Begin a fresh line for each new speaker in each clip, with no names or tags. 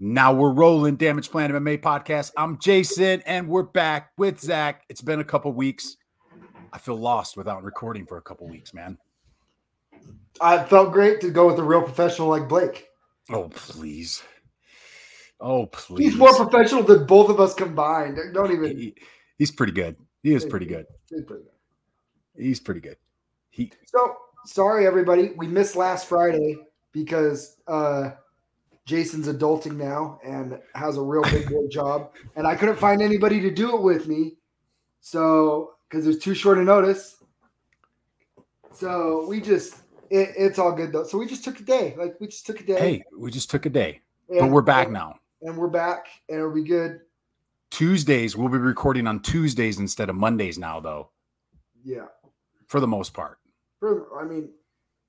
Now we're rolling Damage Plan MMA podcast. I'm Jason, and we're back with Zach. It's been a couple weeks. I feel lost without recording for a couple weeks, man.
I felt great to go with a real professional like Blake.
Oh please, oh please.
He's more professional than both of us combined. Don't even.
He- he's pretty good. He is pretty good. He's pretty good. He
So sorry, everybody. We missed last Friday because uh, Jason's adulting now and has a real big boy job, and I couldn't find anybody to do it with me. So because it was too short a notice. So we just it, it's all good though. So we just took a day. Like we just took a day.
hey, we just took a day,
and,
but we're back now.
And we're back, and it'll be good.
Tuesdays we'll be recording on Tuesdays instead of Mondays now, though,
Yeah.
for the most part.
For- I mean,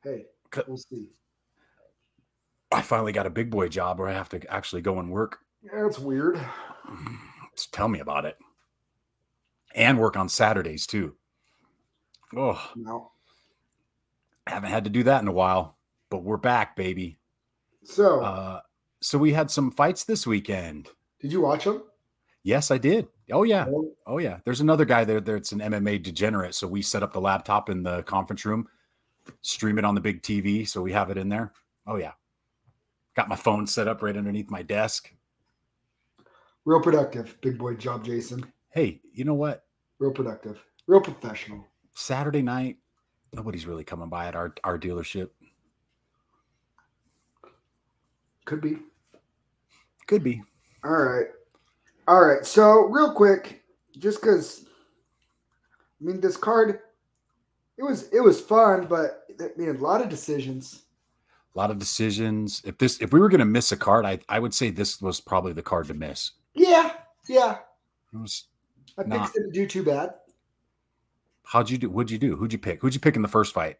hey,
Co-
we'll see.
I finally got a big boy job where I have to actually go and work.
Yeah, it's weird.
Just tell me about it, and work on Saturdays too. Oh,
No.
I haven't had to do that in a while, but we're back, baby.
So,
Uh, so we had some fights this weekend.
did you watch them?
Yes, I did. Oh yeah.
Oh,
Oh yeah. There's another guy there that's an MMA degenerate. So we set up the laptop in the conference room, stream it on the big TV. So we have it in there. Oh yeah. Got my phone set up right underneath my desk.
Real productive, big boy job, Jason.
Hey, you know what?
Real productive, real professional.
Saturday night, nobody's really coming by at our, our dealership.
Could be.
Could be.
All right. All right. So, real quick, just because, I mean, this card, it was it was fun, but I mean, a lot of decisions.
A lot of decisions. If this if we were gonna miss a card, I, I would say this was probably the card to miss.
Yeah, yeah.
It was-
I think
Nah.
didn't do too bad.
how'd you do? What'd you do? Who'd you pick? Who'd you pick in the first fight?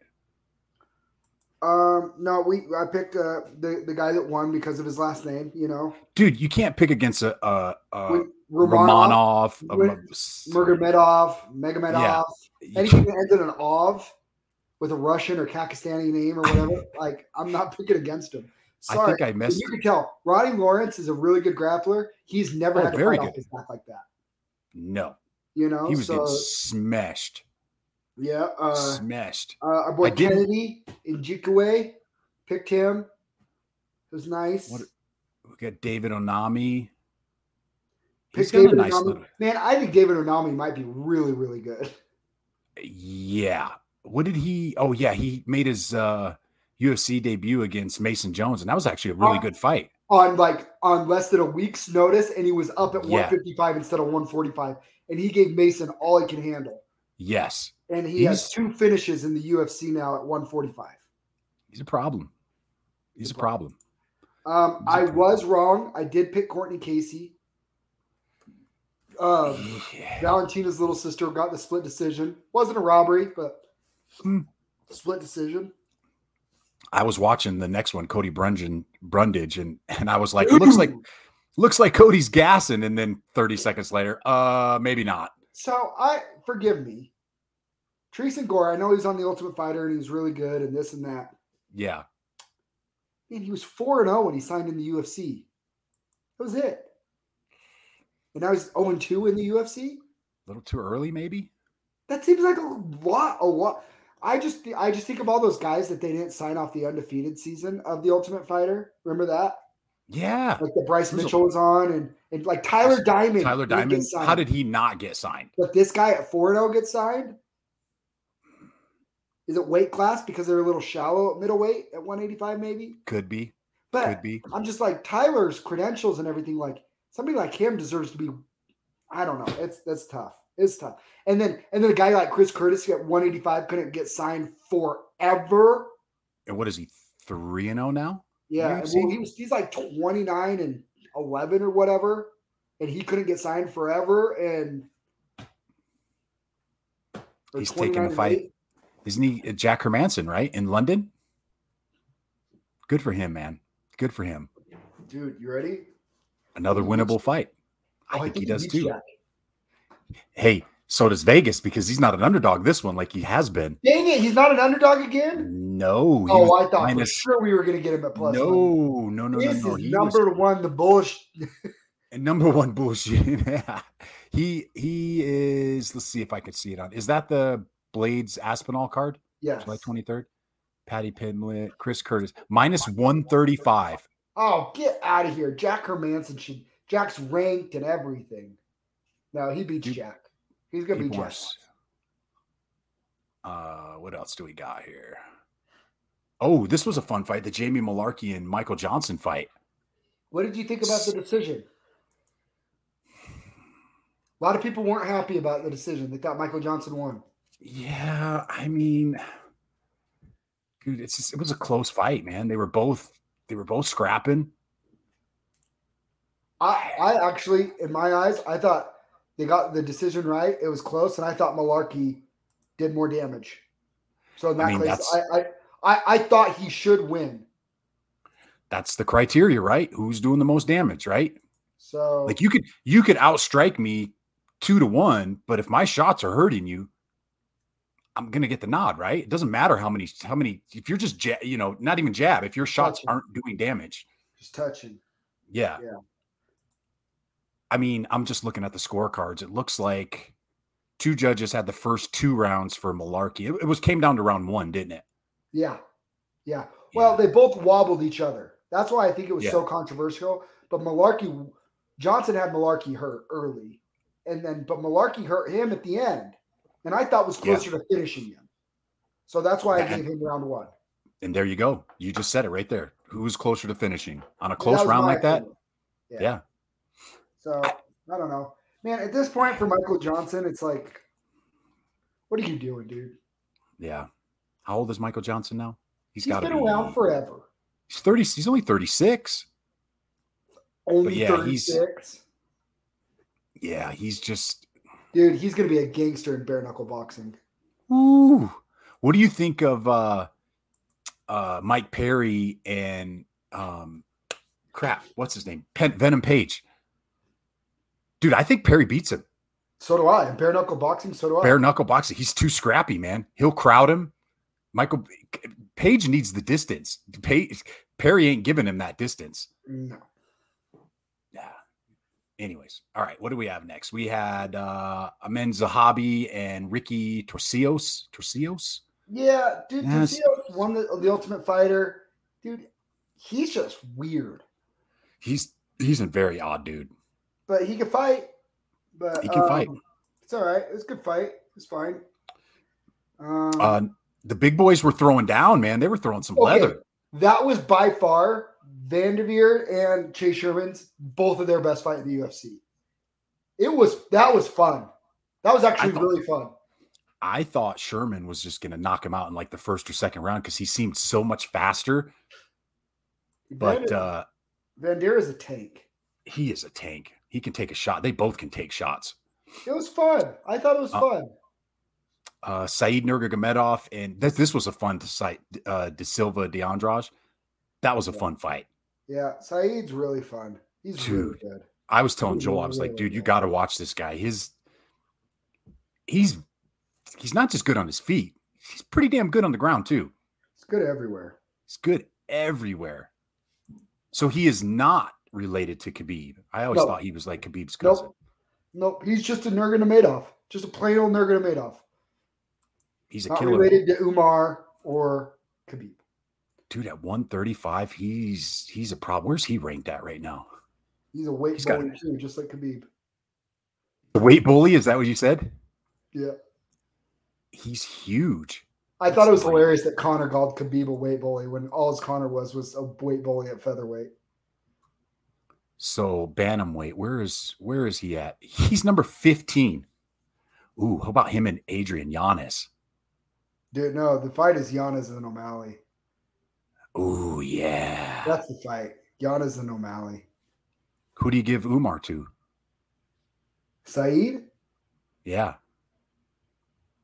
Um, no, we I picked uh, the the guy that won because of his last name. You know,
Dude, you can't pick against a a, a
When Romanov,
Uh, Romanov, a
Win-
Mabs-
Murgamedov, Megamedov,
Yeah. You
anything that ends in an ov with a Russian or Kakistani name or whatever. like I'm not picking against him.
I
Sorry,
think I
But
missed.
you can tell Roddy Lawrence is a really good grappler. He's never
Oh,
had to
very
fight off
good.
his back like that.
No,
You know,
he was
so
getting smashed,
yeah. Uh,
smashed.
uh, our boy
I didn't-
Kennedy in Jikwe picked him. It was nice.
What- We got David Onami. He's
Pick
got
David
a nice
Onami.
little.
Man, I think David Onami might be really, really good.
Yeah. What did he? Oh yeah, he made his uh, UFC debut against Mason Jones, and that was actually a really
Oh.
good fight.
On like on less than a week's notice, and he was up at
Yeah.
155 instead of 145, and he gave Mason all he can handle.
Yes,
And he has
He's-
two finishes in the UFC now at 145.
he's a problem. He's a problem.
Um, I
Exactly.
was wrong. I did pick Courtney Casey. Um,
Yeah.
Valentina's little sister got the split decision. Wasn't a robbery, but
Hmm.
split decision.
I was watching the next one, Cody Brundage, Brundage, and and I was like, looks like looks like Cody's gassing, and then thirty seconds later, uh, maybe not.
So I forgive me. Treason Gore, I know he's on the Ultimate Fighter and he was really good and this and that.
Yeah.
Man, he was 4 0 when he signed in the UFC. That was it. And now he's 0 2 in the UFC?
A little too early, maybe.
That seems like a lot, a lot. I just thi- I just think of all those guys that they didn't sign off the undefeated season of the Ultimate Fighter. Remember that?
Yeah.
Like the Bryce
There's a-
Mitchell was on and and like Tyler Diamond.
Tyler
didn't get
Diamond. How
signed.
did he not get signed?
But this guy at 4 0 gets signed? Is it weight class because they're a little shallow at middleweight at 185, maybe?
Could be. Could
But
be.
I'm just like Tyler's credentials and everything. Like somebody like him deserves to be. I don't know. It's that's tough. It's tough. And then and then a guy like Chris Curtis at 185 couldn't get signed forever.
And what is he? Three and zero now.
Yeah. and
UFC?
Well, he was he's like 29 and 11 or whatever, and he couldn't get signed forever. And or
He's taking
29
the
and
fight.
8.
Isn't he uh, Jack Hermanson? Right in London. Good for him, man. Good for him.
Dude, you ready?
Another
He beats-
winnable fight. I
Oh,
think he does
beat
too.
Jack.
Hey, So does Vegas because he's not an underdog this one like he has been.
Dang it, he's not an underdog again.
No. he
Oh,
was
I thought
minus-
for sure we were going to get him at plus.
no,
money.
no, no, no,
this
no.
is
He was-
number one. The bullish.
And number one bullshit. yeah. He he is. Let's see if I could see it on. Is that the Blades Aspinall card?
Yes.
July twenty third. Patty Pimlet, Chris Curtis, minus one thirty five.
Oh, get out of here, Jack Hermanson should. Jack's ranked and everything. No, he beats
Dude,
Jack. He's going to beat Jack.
Uh, what else do we got here? Oh, this was a fun fight. The Jamie Malarkey and Michael Johnson fight.
What did you think about the decision? A lot of people weren't happy about the decision. They thought Michael Johnson won.
Yeah, I mean, dude, it's just, it was a close fight, man. They were both they were both scrapping.
I, I actually, in my eyes, I thought they got the decision right. It was close, and I thought Malarkey did more damage. So in
I
that
mean,
case,
that's-
I, I, I, I thought he should win.
That's the criteria, right? Who's doing the most damage, right?
So
Like you could you could outstrike me two to one, but if my shots are hurting you, I'm gonna get the nod, right? It doesn't matter how many how many if you're just ja- you know not even jab if your shots
Gotcha.
aren't doing damage.
just touching.
Yeah.
Yeah.
I mean, I'm just looking at the scorecards. It looks like two judges had the first two rounds for Malarkey. It, it was came down to round one, didn't it?
Yeah, yeah. Well, they both wobbled each other. That's why I think it was
Yeah.
so controversial. But Malarkey, Johnson had Malarkey hurt early, and then but Malarkey hurt him at the end, and I thought was
Yeah.
closer to finishing him. So that's why I
Yeah.
gave him round one.
and there you go. You just said it right there. Who's closer to finishing on a
That
close
was
round
my
like that?
opinion. Yeah.
Yeah.
So I don't know, man. At this point, for Michael Johnson, it's like, what are you doing, dude?
Yeah. How old is Michael Johnson now?
He's
gotta
been
be-
around forever.
He's thirty. He's only thirty six.
Only
yeah, he's-
36.
Yeah, he's just.
Dude, he's gonna be a gangster in bare knuckle boxing.
Ooh. What do you think of uh, uh, Mike Perry and um, crap? What's his name? Pen, Venom Page. Dude, I think Perry beats him.
So do I. In bare knuckle boxing, so do I.
Bare knuckle boxing. He's too scrappy, man. He'll crowd him. Michael Page needs the distance. Page, Perry ain't giving him that distance.
no.
Yeah. Anyways, all right. What do we have next? We had uh Amen Zahabi and Ricky Torcios. Torcios?
Yeah, dude,
Yeah,
Duccio won the, the Ultimate Fighter. Dude, he's just weird,
He's he's a very odd dude.
but he can fight. But
He can fight.
um, It's all right. It was a good fight. It's fine. Um,
Uh the big boys were throwing down, man. They were throwing some
Okay.
leather.
that was by far Vanderveer and Chase Sherman's both of their best fight in the UFC. It was that was fun. That was actually
thought-
really fun.
I thought Sherman was just gonna knock him out in like the first or second round because he seemed so much faster. But
Vander-
uh
Vandeer is a tank.
he is a tank. He can take a shot. They both can take shots.
It was fun. I thought it was
Uh,
fun.
uh, Said Nurmagomedov, and this this was a fun to cite uh, De Silva De Andrade. That was a
Yeah.
fun fight.
Yeah, Saeed's really fun. He's really
Dude.
good.
I was telling
Dude,
Joel, I was
yeah,
like, dude, you
yeah.
got to watch this guy. His he's he's not just good on his feet; he's pretty damn good on the ground too.
He's good everywhere.
He's good everywhere. So he is not related to Khabib. I always
No.
thought he was like Khabib's
Nope.
cousin.
Nope, he's just a Nurmagomedov, just a plain old Nurmagomedov.
He's a
Not
killer,
related to Umar or Khabib.
dude. At one thirty five, he's he's a problem. Where's he ranked at right now?
He's a weight
He's got
bully too, just like Khabib.
The weight bully is that what you said?
Yeah,
He's huge.
I
That's
thought it was
great.
hilarious that Connor called Khabib a weight bully when all his Connor was was a weight bully at featherweight.
So bantamweight, where is where is he at? He's number fifteen. Ooh, how about him and Adrian Giannis?
Dude, no, the fight is Giannis and O'Malley.
Ooh, yeah.
That's the fight. Giannis and O'Malley.
Who do you give Umar to?
Saeed?
Yeah.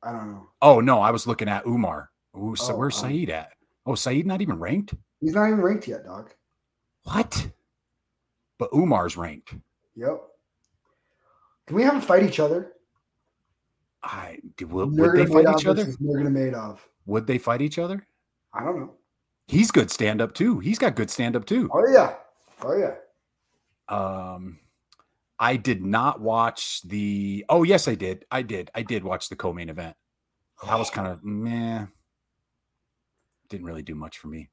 I don't know.
Oh no, I was looking at Umar. Ooh, so
Oh,
where's
um,
Saeed at? Oh, Saeed not even ranked.
He's not even ranked yet, dog.
What? But Umar's ranked.
Yep. Can we have them fight each other?
I would, would they fight
Nurmagomedov
each other?
versus Nurmagomedov.
Would they fight each other?
I don't know.
He's good stand up too. He's got good stand up too.
Oh yeah, oh yeah.
Um, I did not watch the. Oh yes, I did. I did. I did watch the co-main event. That was kind of meh. Didn't really do much for me.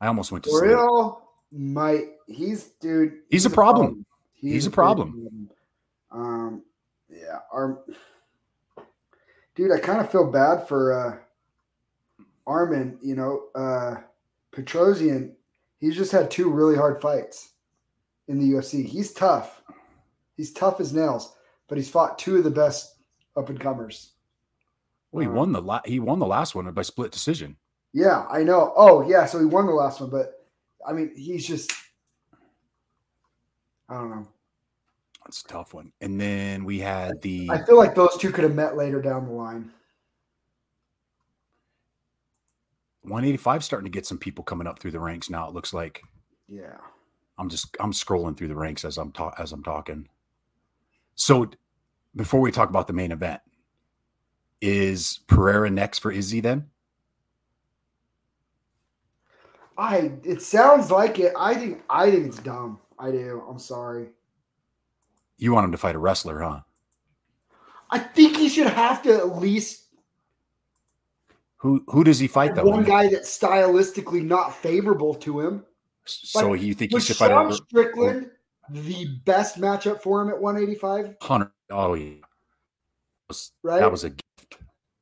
I almost went to sleep.
Oriel might he's dude.
He's a problem. He's a
big
problem.
problem. Um, yeah. Arm, dude, I kind of feel bad for uh, Armin. You know, uh, Petrosian. He's just had two really hard fights in the UFC. He's tough. He's tough as nails, but he's fought two of the best up and comers.
Well, he
Uh,
won the la- he won the last one by split decision.
Yeah, I know. Oh, yeah. So he won the last one, but I mean, he's just. I don't know.
That's a tough one. And then we had the
I feel like those two could have met later down the line.
185 starting to get some people coming up through the ranks now. It looks like
Yeah.
I'm just I'm scrolling through the ranks as I'm ta- as I'm talking. So d- before we talk about the main event, is Pereira next for Izzy then?
I it sounds like it. I think I think it's dumb. I do. I'm sorry.
You want him to fight a wrestler, huh?
I think he should have to at least
Who who does he fight though?
one guy that's stylistically not favorable to him.
so you think he
Was
should fight
Sean
a
Strickland the best matchup for him at 185?
Hunter? Oh yeah, That was-
Right.
that was a gift.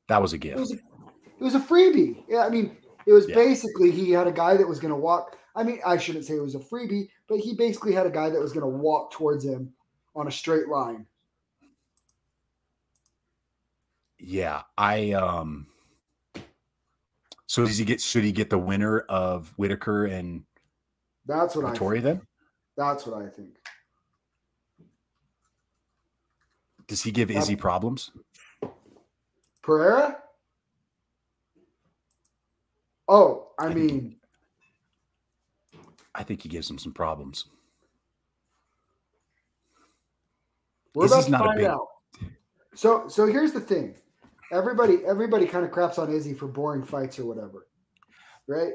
That was a
It was
gift.
a, it was a freebie. Yeah, I mean, it was
Yeah.
basically he had a guy that was going to walk. I mean, I shouldn't say it was a freebie, but he basically had a guy that was going to walk towards him on a straight line.
Yeah, I um. So does he get? Should he get the winner of Whitaker and
That's what I. think.
Vittori then?
That's what I think.
Does he give Izzy problems?
Pereira? Oh, I
I think-
mean,
I think he gives him some problems.
we're
Izzy's
about to
not a
find
big-
out. So, so here's the thing: everybody, everybody kind of craps on Izzy for boring fights or whatever, right?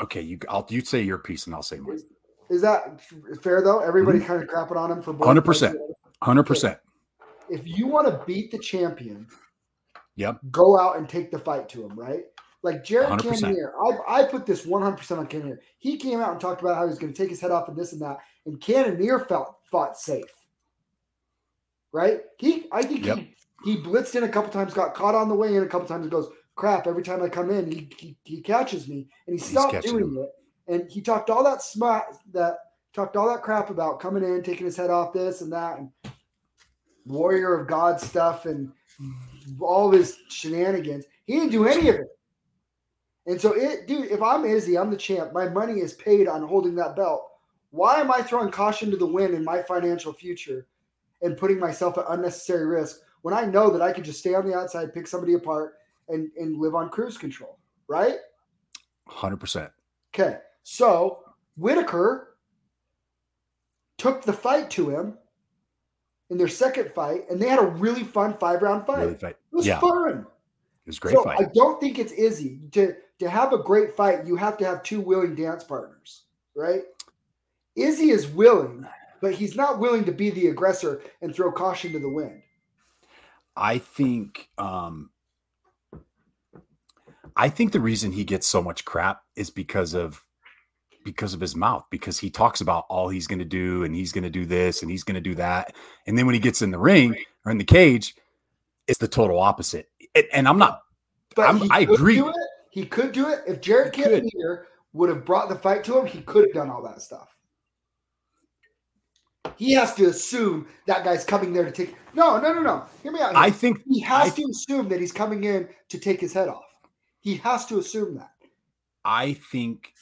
Okay, you I'll you say your piece and I'll say mine.
Is that fair though? Everybody kind of crapping on him for boring. fights or
100%.
whatever.
Mm-hmm. Hundred percent.
If you want to beat the champion,
Yep.
go out and take the fight to him, right? Like Jared
100%.
Cannonier, I, I put this 100% on Cannonier. He came out and talked about how he was going to take his head off and this and that, and Cannonier felt fought safe, right? He, I think
Yep.
he, he blitzed in a couple times, got caught on the way in a couple times, and goes crap. Every time I come in, he he, he catches me, and he
He's
stopped
catching
doing
him.
it. And he talked all that smut that talked all that crap about coming in, taking his head off this and that, and warrior of God stuff, and all of his shenanigans. He didn't do any of it. And so, it, dude, if I'm Izzy, I'm the champ. My money is paid on holding that belt. Why am I throwing caution to the wind in my financial future and putting myself at unnecessary risk when I know that I could just stay on the outside, pick somebody apart, and and live on cruise control, right?
Hundred percent.
Okay. So Whitaker took the fight to him in their second fight, and they had a really fun five round fight.
Really
It
fight.
was
Yeah, it
fun
was a great
so
fight.
I don't think it's Izzy to to have a great fight. You have to have two willing dance partners, right? Izzy is willing, but he's not willing to be the aggressor and throw caution to the wind.
I think um I think the reason he gets so much crap is because of because of his mouth because he talks about all he's going to do and he's going to do this and he's going to do that and then when he gets in the ring or in the cage it's the total opposite and, and I'm not
But
I'm-
he
I
could
agree.
Do it. He could do it if Jared
He could.
Cannonier would have brought the fight to him. He could have done all that stuff. He has to assume that guy's coming there to take. No, no, no, no. Hear me out. here.
I think
he has
I-
to assume that he's coming in to take his head off. He has to assume that.
I think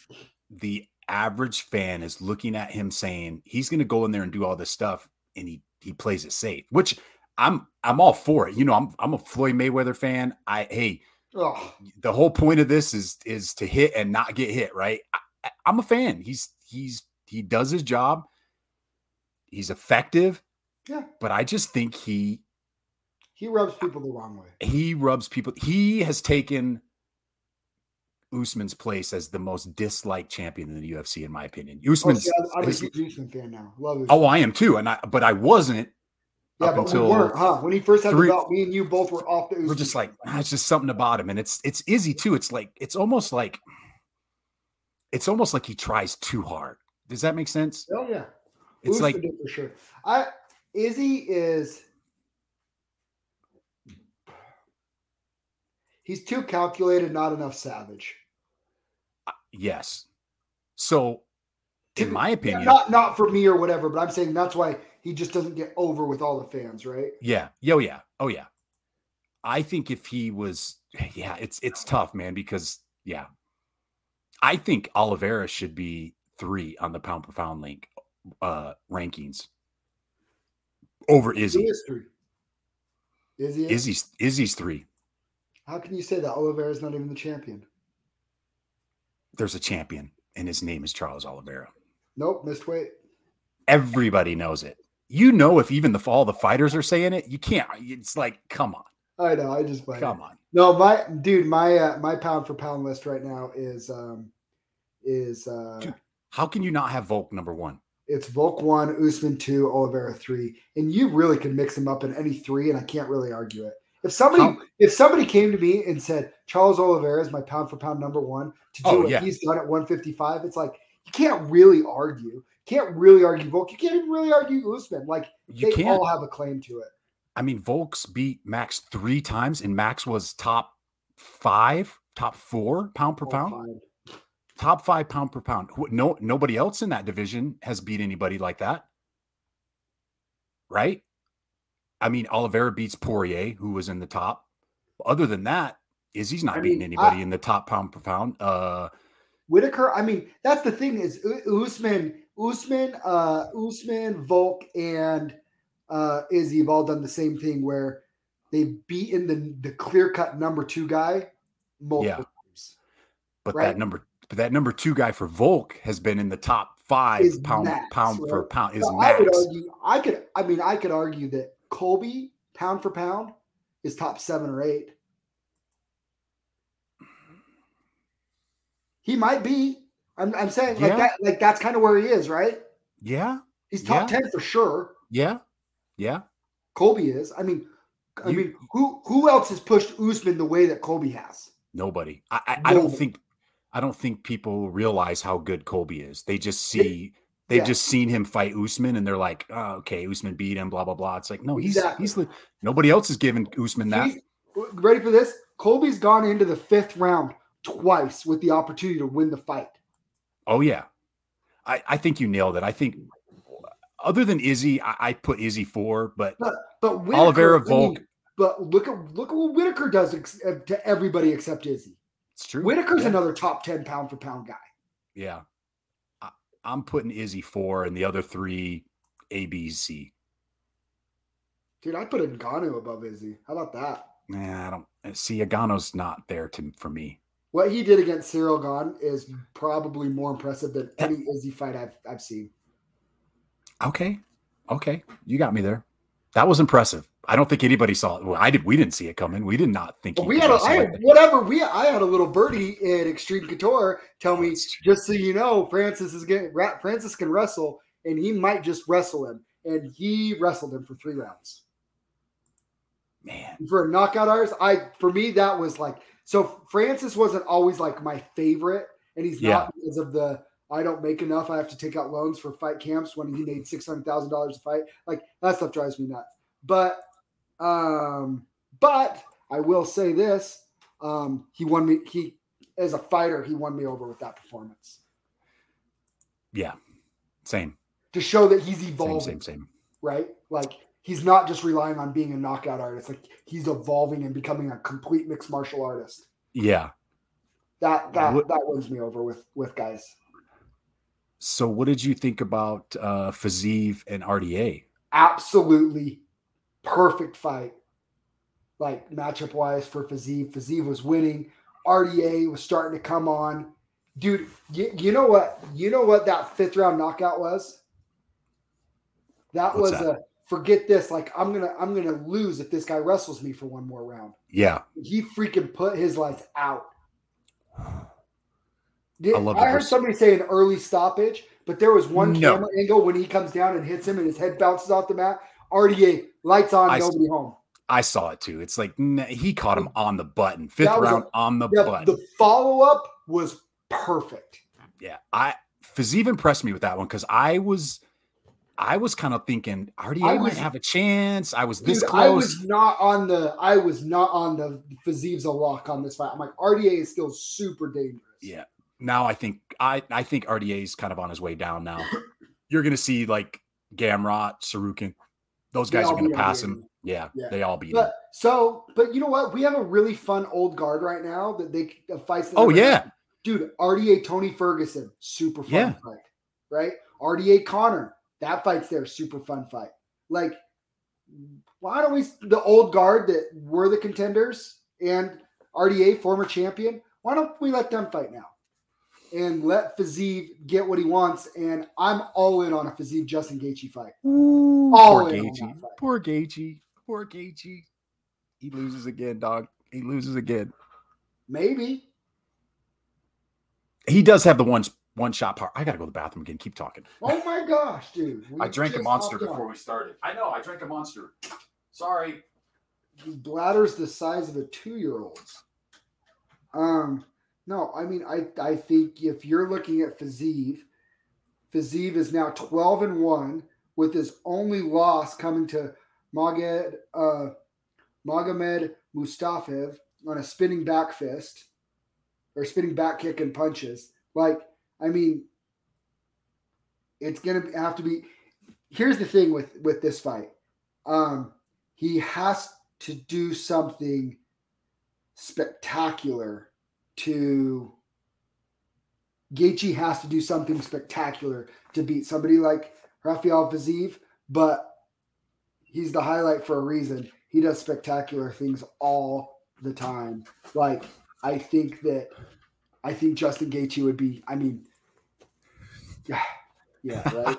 the average fan is looking at him saying he's going to go in there and do all this stuff, and he he plays it safe, which I'm I'm all for it. You know, I'm I'm a Floyd Mayweather fan. I hey,
Ugh.
the whole point of this is is to hit and not get hit, right? I, I- I'm a fan. He's he's he does his job. He's effective.
Yeah.
But I just think he
He rubs people the wrong way.
He rubs people. He has taken Usman's place as the most disliked champion in the UFC, in my opinion.
Oh,
Usman's.
see, I'm- I'm a
his-
huge Usman fan now. Love Usman.
oh, I am too, and I but I wasn't
yeah,
up
but
until
we weren't, huh? When he first had
three-
the belt, me and you both were off the.
we're
Usman.
just like ah, it's just something about him and it's it's izzy too it's like it's almost like it's almost like he tries too hard does that make sense
oh yeah.
it's
Usman
like
did for sure. I Izzy is he's too calculated, not enough savage.
yes so in my
Yeah,
opinion
Not not for me or whatever, but I'm saying that's why he just doesn't get over with all the fans, right?
yeah yo yeah oh yeah i think if he was yeah it's it's tough man because yeah i think Oliveira should be three on the pound per pound link uh rankings over
He
izzy
is three. Is he?
izzy's izzy's three
How can you say that Oliveira's not even the champion?
there's a champion and his name is charles Oliveira.
Nope, missed weight.
everybody knows it. You know, if even the all the fighters are saying it, you can't. It's like, come on,
I know. I just played.
come on.
No, my dude, my uh, my pound for pound list right now is um is uh
Dude. How can you not have Volk number one?
it's Volk one, Usman two, Oliveira three, and you really can mix them up in any three, and I can't really argue it. If somebody
How-
if somebody came to me and said Charles Oliveira is my pound for pound number one to do
Oh,
what
yeah.
he's done at 155, it's like you can't really argue. Can't really argue Volk. You can't even really argue Usman. Like
You
they
can't.
all have a claim to it.
I mean, Volk's beat Max three times, and Max was top five, top four pound per
All
pound,
fine.
top five pound per pound. Who- No, nobody else in that division has beat anybody like that, right? I mean, Oliveira beats Poirier, who was in the top. Other than that, is he's not
I
beating
mean,
anybody in the top pound per pound. Uh,
Whitaker. I mean, that's the thing is U- Usman, Usman, uh, Usman, Volk, and uh, Izzy have all done the same thing where they've beaten the the clear cut number two guy multiple times.
But
right?
that number, but that number two guy for Volk has been in the top five
Is
pound
Max,
pound for
right?
pound. Is
So I
Max?
would argue. I could. I mean, I could argue that Colby pound for pound is top seven or eight. He might be. I'm, I'm saying like
Yeah.
that. Like that's kind of where he is, right?
yeah,
He's top ten for sure.
yeah, yeah.
Colby is. I mean, I
You-
mean, who who else has pushed Usman the way that Colby has?
Nobody. I, I, I don't
Nobody.
think. I don't think people realize how good Colby is. They just see. They've
Yeah.
just seen him fight Usman, and they're like, oh, "Okay, Usman beat him." Blah blah blah. It's like, no, he's
Exactly.
he's li- nobody else is giving Usman that.
He's- ready for this? Colby's gone into the fifth round twice with the opportunity to win the fight.
Oh yeah, I, I think you nailed it. I think other than Izzy, I, I put Izzy four, but
But Whitaker,
Oliveira
I mean,
Volk.
but look at look at what Whitaker does ex- to everybody except Izzy.
It's true.
Whitaker's
Yeah.
another top ten pound for pound guy.
Yeah. I, I'm putting Izzy four and the other three A, B, C.
Dude, I put Ngannou above Izzy. How about that?
Nah, I don't uh, see Agano's not there to for me.
What he did against Cyril Gone is probably more impressive than any Izzy fight I've I've seen.
Okay. Okay. You got me there. That was impressive. I don't think anybody saw it. Well, I did we didn't see it coming. We did not think
Well,
he
we
could
had a,
go so
I
like
had,
that.
whatever we I had a little birdie in Extreme Couture tell me
That's
just so you know Francis is getting Ra- Francis can wrestle and he might just wrestle him and he wrestled him for three rounds
man.
And for a knockout artist I for me that was like so Francis wasn't always like my favorite and he's
Yeah.
not because of the I don't make enough I have to take out loans for fight camps when he made six hundred thousand dollars to fight like that stuff drives me nuts but um, but I will say this: um, he won me. He as a fighter, he won me over with that performance
Yeah. Same.
to show that he's
Same,
evolving,
same, same.
right? Like he's not just relying on being a knockout artist. Like he's evolving and becoming a complete mixed martial artist.
Yeah.
That that
What-
that wins me over with with guys.
So what did you think about uh Fazeev and RDA?
Absolutely perfect fight. Like matchup wise for Fazeev. Fazeev was winning. RDA was starting to come on. Dude, you, you know what? You know what that fifth round knockout was? That
What's
was
that?
a forget this. Like I'm gonna I'm gonna lose if this guy wrestles me for one more round.
Yeah.
He freaking put his lights out.
I love
I
that
heard
this-
somebody say an early stoppage, but there was one
No.
camera angle when he comes down and hits him, and his head bounces off the mat. RDA lights on,
I s-
nobody home.
I saw it too. It's like nah, he caught him on the button. Fifth
That was a-
round on the
The,
button.
the follow up was perfect.
yeah. I Fazeev impressed me with that one because I was I was kind of thinking RDA
I
might
was-
have a chance. I was
Dude,
this
I
close.
was not on the I was not on the Fazeev's a lock on this fight. I'm like RDA is still super dangerous.
Yeah. Now I think I I think RDA's kind of on his way down now. You're gonna see like Gamrot, Sarukin. Those
They
guys
all
are gonna
beat
pass
RDA.
him. Yeah,
Yeah.
they all beat him.
But so, but you know what? We have a really fun old guard right now that they uh, fights. that
Oh
they're-
yeah,
dude, RDA Tony Ferguson, super fun
Yeah.
fight, right? RDA Connor, that fight's there, super fun fight. Like, why don't we the old guard that were the contenders and RDA former champion? Why don't we let them fight now? And let Fazeev get what he wants. And I'm all in on a Fazeev Justin Gaethje fight. all
poor
in on that
Gaethje,
fight.
poor Gaethje, poor Gaethje. He loses again, dog. He loses again.
Maybe.
He does have the one one shot part. I gotta go to the bathroom again. Keep talking.
Oh my gosh, dude. We
I drank a
just
monster
hopped on.
before we started. I know. I drank a monster. Sorry.
His bladder's the size of a two-year-old's. Um, no, I mean, I I think if you're looking at Fazeev, Fazeev is now 12 and one with his only loss coming to Magomed uh, Magomed Mustafaev on a spinning back fist or spinning back kick and punches. Like, I mean, it's gonna have to be. Here's the thing with with this fight. Um, he has to do something spectacular to Gaethje has to do something spectacular to beat somebody like Rafael Fazeev, but he's the highlight for a reason. He does spectacular things all the time. Like I think that I think Justin Gaethje would be. I mean, yeah, yeah, right.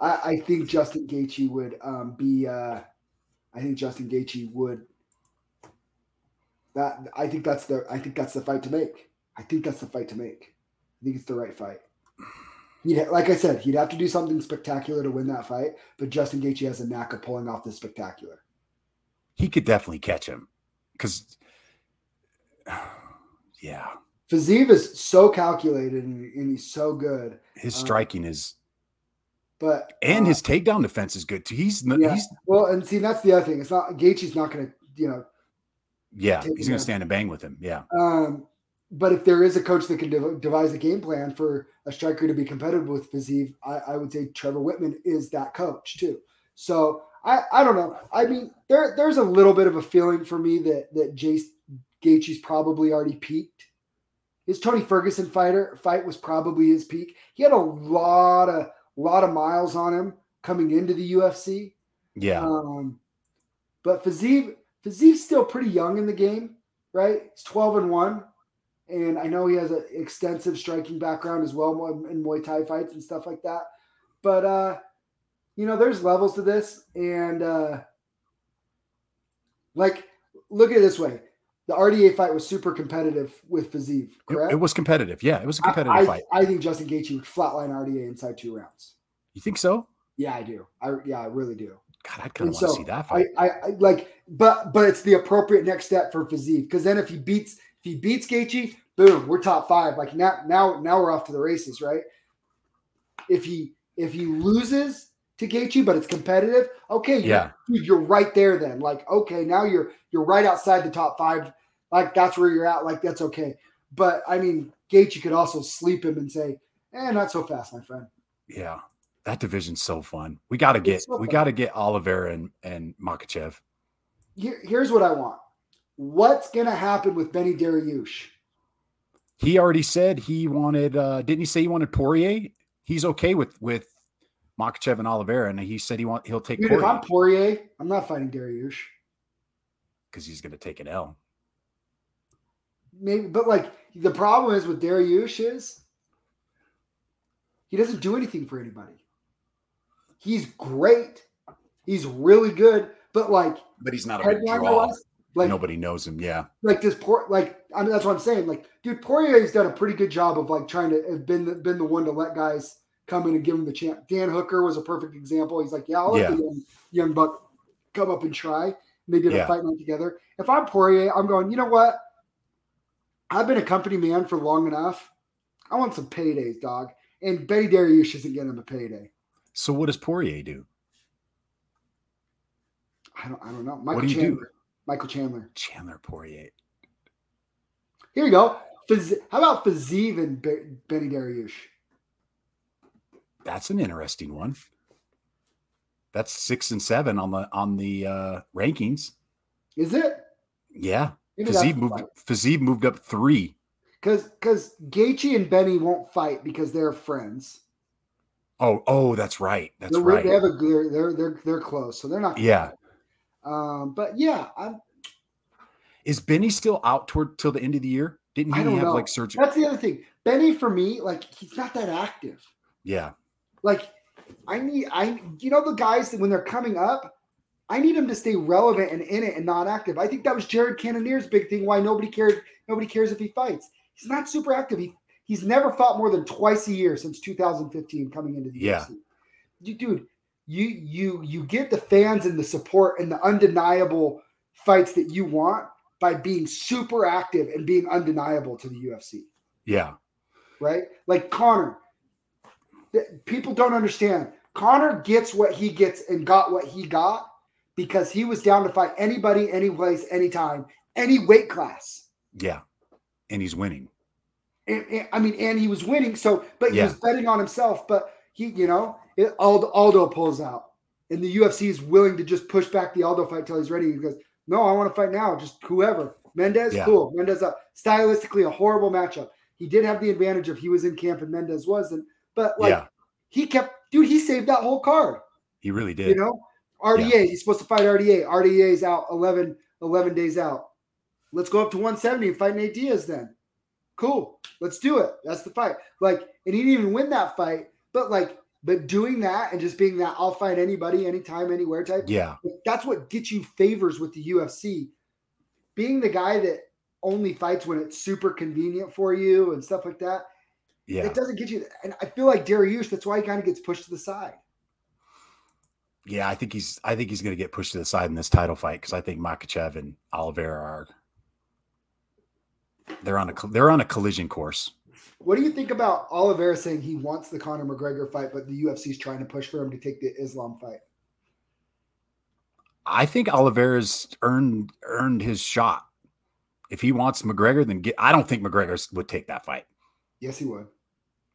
I, I think Justin Gaethje would um, be. Uh, I think Justin Gaethje would. That I think that's the I think that's the fight to make. I think that's the fight to make. I think it's the right fight. He'd, ha- like I said, he'd have to do something spectacular to win that fight, but Justin Gaethje has a knack of pulling off the spectacular.
He could definitely catch him, because yeah.
Fazeev is so calculated and, and he's so good,
His
Um,
striking is
but
and
uh,
his takedown defense is good too. He's n-
Yeah.
he's
well, and see that's the other thing. It's not Gaethje's not going to you know
yeah,
Taking
he's gonna
down.
stand and bang with him. Yeah.
Um, but if there is a coach that can dev- devise a game plan for a striker to be competitive with Fazeev, I, I would say Trevor Whitman is that coach too. So I, I don't know. I mean, there there's a little bit of a feeling for me that that Jace Gaethje's probably already peaked. His Tony Ferguson fighter fight was probably his peak. He had a lot of lot of miles on him coming into the UFC.
Yeah.
Um, but Fazeev, Fazeev's still pretty young in the game, right? He's 12 and 1. And I know he has an extensive striking background as well mo- in Muay Thai fights and stuff like that. But, uh, you know, there's levels to this. And, uh, like, look at it this way the RDA fight was super competitive with Fazeev,
It-
correct?
it, was competitive. Yeah, it was a competitive
I, I,
fight.
I think Justin Gaethje would flatline RDA inside two rounds.
You think so?
Yeah, I do. I yeah, I really do.
God, I'd kind
And
of want to
so
see that
I,
fight.
I, I like, but but it's the appropriate next step for Fazeev because then if he beats if he beats Gaethje, boom, we're top five. Like now now now we're off to the races, right? If he if he loses to Gaethje, but it's competitive, okay, you're-
Yeah.
dude, you're right there. Then like, okay, now you're you're right outside the top five. Like that's where you're at. Like that's okay. But I mean, Gaethje could also sleep him and say, "Eh, not so fast, my friend."
yeah. That division's so fun. We gotta get
so
we
fun.
gotta get Oliver and and Makachev.
Here, here's what I want. What's gonna happen with Benny Dariush?
He already said he wanted uh didn't he say he wanted Poirier? He's okay with with Makachev and Oliveira, and he said he want he'll take
Dude, if I'm
Poirier
Poirier, I'm not fighting Dariush.
because he's gonna take an L.
Maybe, but like the problem is with Dariush is he doesn't do anything for anybody. He's great. He's really good, but like
But he's not a big
headliner
draw.
wise, like
Nobody knows him. Yeah.
like this poor like I mean that's what I'm saying. Like, dude, Poirier's done a pretty good job of like trying to have been the, been the one to let guys come in and give him the chance. Dan Hooker was a perfect example. He's like, yeah, I'll let
Yeah.
the young, young buck come up and try. And they did
Yeah.
a fight night together. If I'm Poirier, I'm going. You know what? I've been a company man for long enough. I want some paydays, dog. And Betty Dariush isn't getting him a payday.
So what does Poirier do?
I don't. I don't know. Michael
What do you
Chandler.
do?
Michael Chandler.
Chandler Poirier.
Here you go. Faz- How about Fazeev and Be- Betty Dariush?
That's an interesting one. That's six and seven on the on the uh rankings.
Is it?
Yeah. Fazeev moved Fazeev moved up three.
because because Gaethje and Benny won't fight because they're friends.
Oh, oh, that's right. That's
they're,
right.
They have a they're they're they're, they're close, so they're not. gonna
Yeah.
fight. Um, but yeah, I'm,
Is Benny still out toward till the end of the year? Didn't
I
he
don't
have
know.
like surgery?
that's the other thing. Benny for me, like he's not that active.
Yeah.
Like I need I you know the guys that when they're coming up. I need him to stay relevant and in it and not active. I think that was Jared Cannonier's big thing. Why nobody cared? Nobody cares if he fights. He's not super active. He he's never fought more than twice a year since 2015 coming into the
Yeah.
UFC. you, dude, you you you get the fans and the support and the undeniable fights that you want by being super active and being undeniable to the UFC,
Yeah.
right? Like Connor, Th- people don't understand. Connor gets what he gets and got what he got because he was down to fight anybody, any place, anytime, any weight class.
Yeah. And he's winning.
and, and- I mean, and he was winning. So, but he
Yeah.
was betting on himself. But he, you know, it, Aldo, Aldo pulls out, and the UFC is willing to just push back the Aldo fight till he's ready. He goes, "No, I want to fight now. Just whoever." Mendez,
Yeah.
cool. Mendez up. Stylistically, a horrible matchup. He did have the advantage of he was in camp and Mendez wasn't. But like,
yeah.
he kept, dude. He saved that whole card.
He really did.
You know, RDA, he's supposed to fight RDA. RDA's out 11, 11 days out. Let's go up to 170 and fight Nate Diaz then. Cool. Let's do it. That's the fight. Like, and he didn't even win that fight, but like, but doing that and just being that I'll fight anybody, anytime, anywhere type,
yeah.
like, that's what gets you favors with the UFC. Being the guy that only fights when it's super convenient for you and stuff like that,
Yeah.
it doesn't get you. And I feel like Dariush, that's why he kind of gets pushed to the side.
Yeah. I think he's I think he's gonna get pushed to the side in this title fight because I think Makachev and Oliveira are they're on a col- they're on a collision course.
What do you think about Oliveira saying he wants the Conor McGregor fight, but the UFC is trying to push for him to take the Islam fight?
I think Oliveira's earned earned his shot. If he wants McGregor, then get I don't think McGregor would take that fight.
Yes, he would.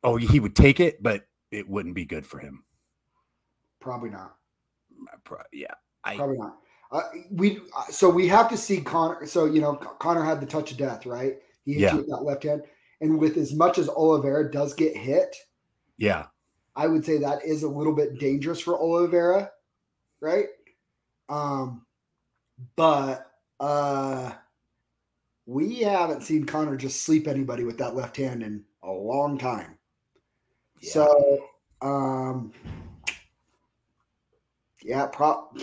Oh, he would take it, but it wouldn't be good for him.
Probably not.
Pro- Yeah. I-
Probably not. Uh, we uh, so we have to see Conor. So you know Con- Conor had the touch of death, right? He hit
Yeah.
you with that left hand, and with as much as Oliveira does get hit,
Yeah.
I would say that is a little bit dangerous for Oliveira, right? Um, but uh, we haven't seen Connor just sleep anybody with that left hand in a long time.
Yeah.
So, um, yeah, prop.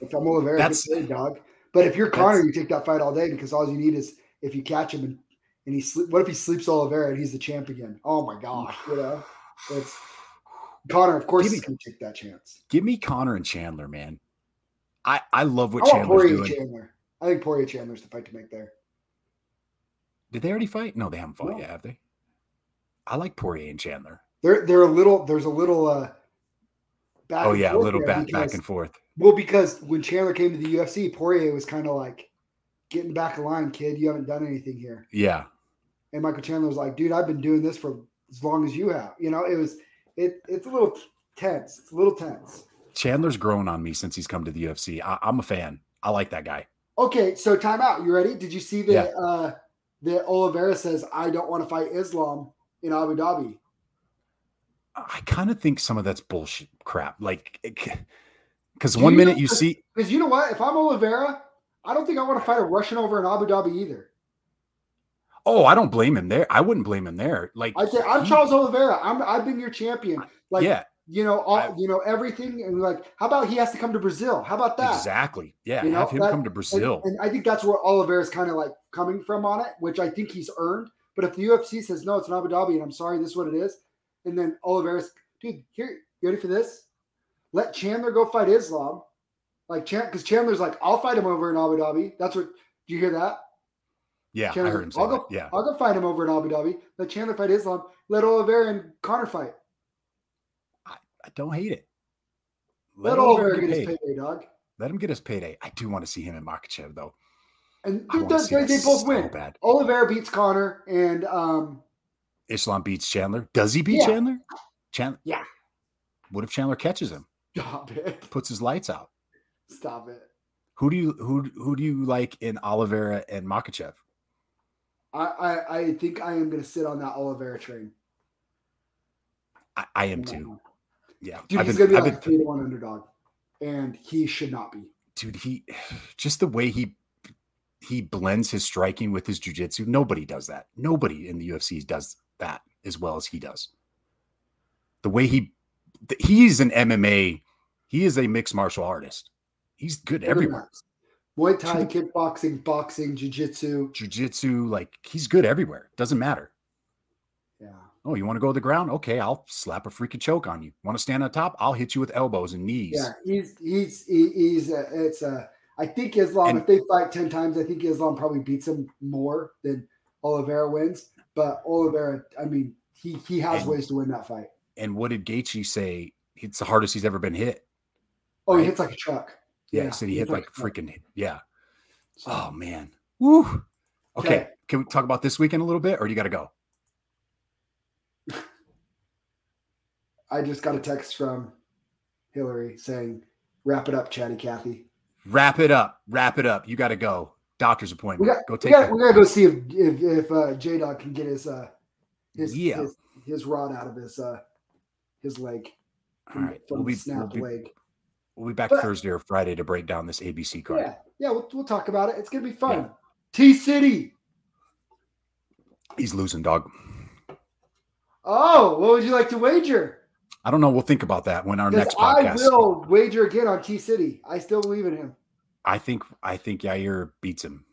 If I'm Oliveira,
That's-
that's dog. But if you're Connor,
that's-
you take that fight all day because all you need is if you catch him and, and he sleep. What if he sleeps Oliveira and he's the champ again? Oh my gosh, you know. It's Connor, of course,
Give
he's
me-
gonna take that chance.
Give me Connor and Chandler, man. I I love what
I want
Chandler's
Poirier
doing.
Chandler. I think Poirier Chandler's the fight to make there.
Did they already fight? No, they haven't fought
No.
yet, have they? I like Poirier and Chandler.
They're they're a little there's a little uh back
oh
and
yeah, a
forth
little
there
back back
because-
and forth.
well because when Chandler came to the UFC, Poirier was kind of like getting back in line, kid. You haven't done anything here.
Yeah,
And Michael Chandler was like, dude, I've been doing this for as long as you have. You know, it was it it's a little tense. It's a little tense.
Chandler's grown on me since he's come to the UFC. I, I'm a fan. I like that guy.
Okay, so time out. You ready? Did you see that
Yeah.
uh that Oliveira says I don't want to fight Islam in Abu Dhabi?
I kind of think some of that's bullshit crap. Like, because
Do
one
you know
minute you
the-
see,
Because you know what? If I'm Oliveira, I don't think I want to fight a Russian over in Abu Dhabi either.
oh, I don't blame him there. I wouldn't blame him there. Like,
I say I'm
he-
Charles Oliveira. I'm I've been your champion. Like
yeah,
you know, all you know, everything. And like, how about he has to come to Brazil? How about that?
Exactly. Yeah.
You know,
have him
that-
come to Brazil.
And, and I think that's where Oliveira's kind of like coming from on it, which I think he's earned. But if the UFC says no, it's in Abu Dhabi, and I'm sorry, this is what it is, and then Oliveira's, dude, here, you ready for this? Let Chandler go fight Islam, like Chandler, because Chandler's like, I'll fight him over in Abu Dhabi. That's what. Do you hear that?
yeah. I
Chandler,
heard him say
I'll
that.
go-
Yeah.
I'll go fight him over in Abu Dhabi. Let Chandler fight Islam. Let Oliveira and Connor fight.
I don't hate it.
Let,
Oliver
Oliveira get his
paid.
payday, dog.
Let him get his payday. I do want to see him in Makachev though.
And
I
dude,
want to
that's
see that
great. They both
so
win.
bad.
Oliveira beats Connor, and um,
Islam beats Chandler. Does he beat
Yeah.
Chandler? Chandler.
Yeah.
What if Chandler catches him?
stop it,
Puts his lights out.
stop it.
Who do you who who do you like in Oliveira and Makachev?
I, I, I think I am going to sit on that Oliveira train.
I, I am
No.
too. Yeah.
Dude,
I've
he's
been-
going to be
I've
like
been-
a three to one underdog, and he should not be.
dude, he just the way he he blends his striking with his jujitsu. Nobody does that. Nobody in the UFC does that as well as he does. The way he th- he's an MMA, he is a mixed martial artist. He's good
Look at
everywhere.
that. Muay Thai, kickboxing, boxing, jujitsu.
Jujitsu, like he's good everywhere. Doesn't matter.
Yeah,
Oh, you want to go to the ground? Okay, I'll slap a freaking choke on you. Want to stand on top? I'll hit you with elbows and knees.
yeah. He's he's he, he's a, it's a. I think Islam.
And-
if they fight ten times, I think Islam probably beats him more than Oliveira wins. But Oliveira, I mean, he he has
And-
ways to win that fight.
And what did Gaethje say? It's the hardest he's ever been hit.
Oh, he
Right.
hits like a truck.
Yeah, he said he hit
hits
like
a truck.
freaking yeah.
So-
Oh man. Woo. Okay.
Okay.
Can we talk about this weekend a little bit or you gotta go?
I just got a text from Hillary saying, "Wrap it up, Chatty Cathy.
Wrap it up. Wrap it up. You gotta go. Doctor's appointment.
We got-
go
We
take
gotta,
that.
we gotta go see if if, if uh, J Dog can get his uh his,
Yeah.
his his rod out of his uh his leg
All
from,
right.
from
We'll
the
be, we'll
snapped
be,
leg.
we'll be back
But-
Thursday or Friday to break down this ABC card.
Yeah, yeah, we'll, we'll talk about it. It's gonna be fun. T City.
He's losing, dog.
Oh, what would you like to wager?
I don't know. We'll think about that when our
Because
next
I
podcast.
will wager again on T City. I still believe in him.
I think I think Yair beats him.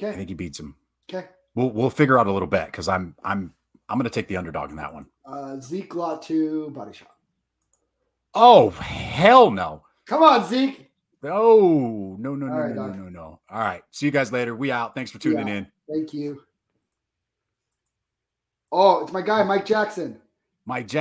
I
Okay,
think he beats him.
okay.
We'll we'll figure out a little bet because I'm I'm I'm gonna take the underdog in that one.
Uh, Zeke Lot two body shot.
Oh hell no.
Come on, Zeke.
Oh, no, no, no,
All right,
no, no,
Doc.
no, no. All right. See you guys later. We out. Thanks for
We
tuning
out.
in.
Thank you. Oh, it's my guy, Mike Jackson.
Mike Jack.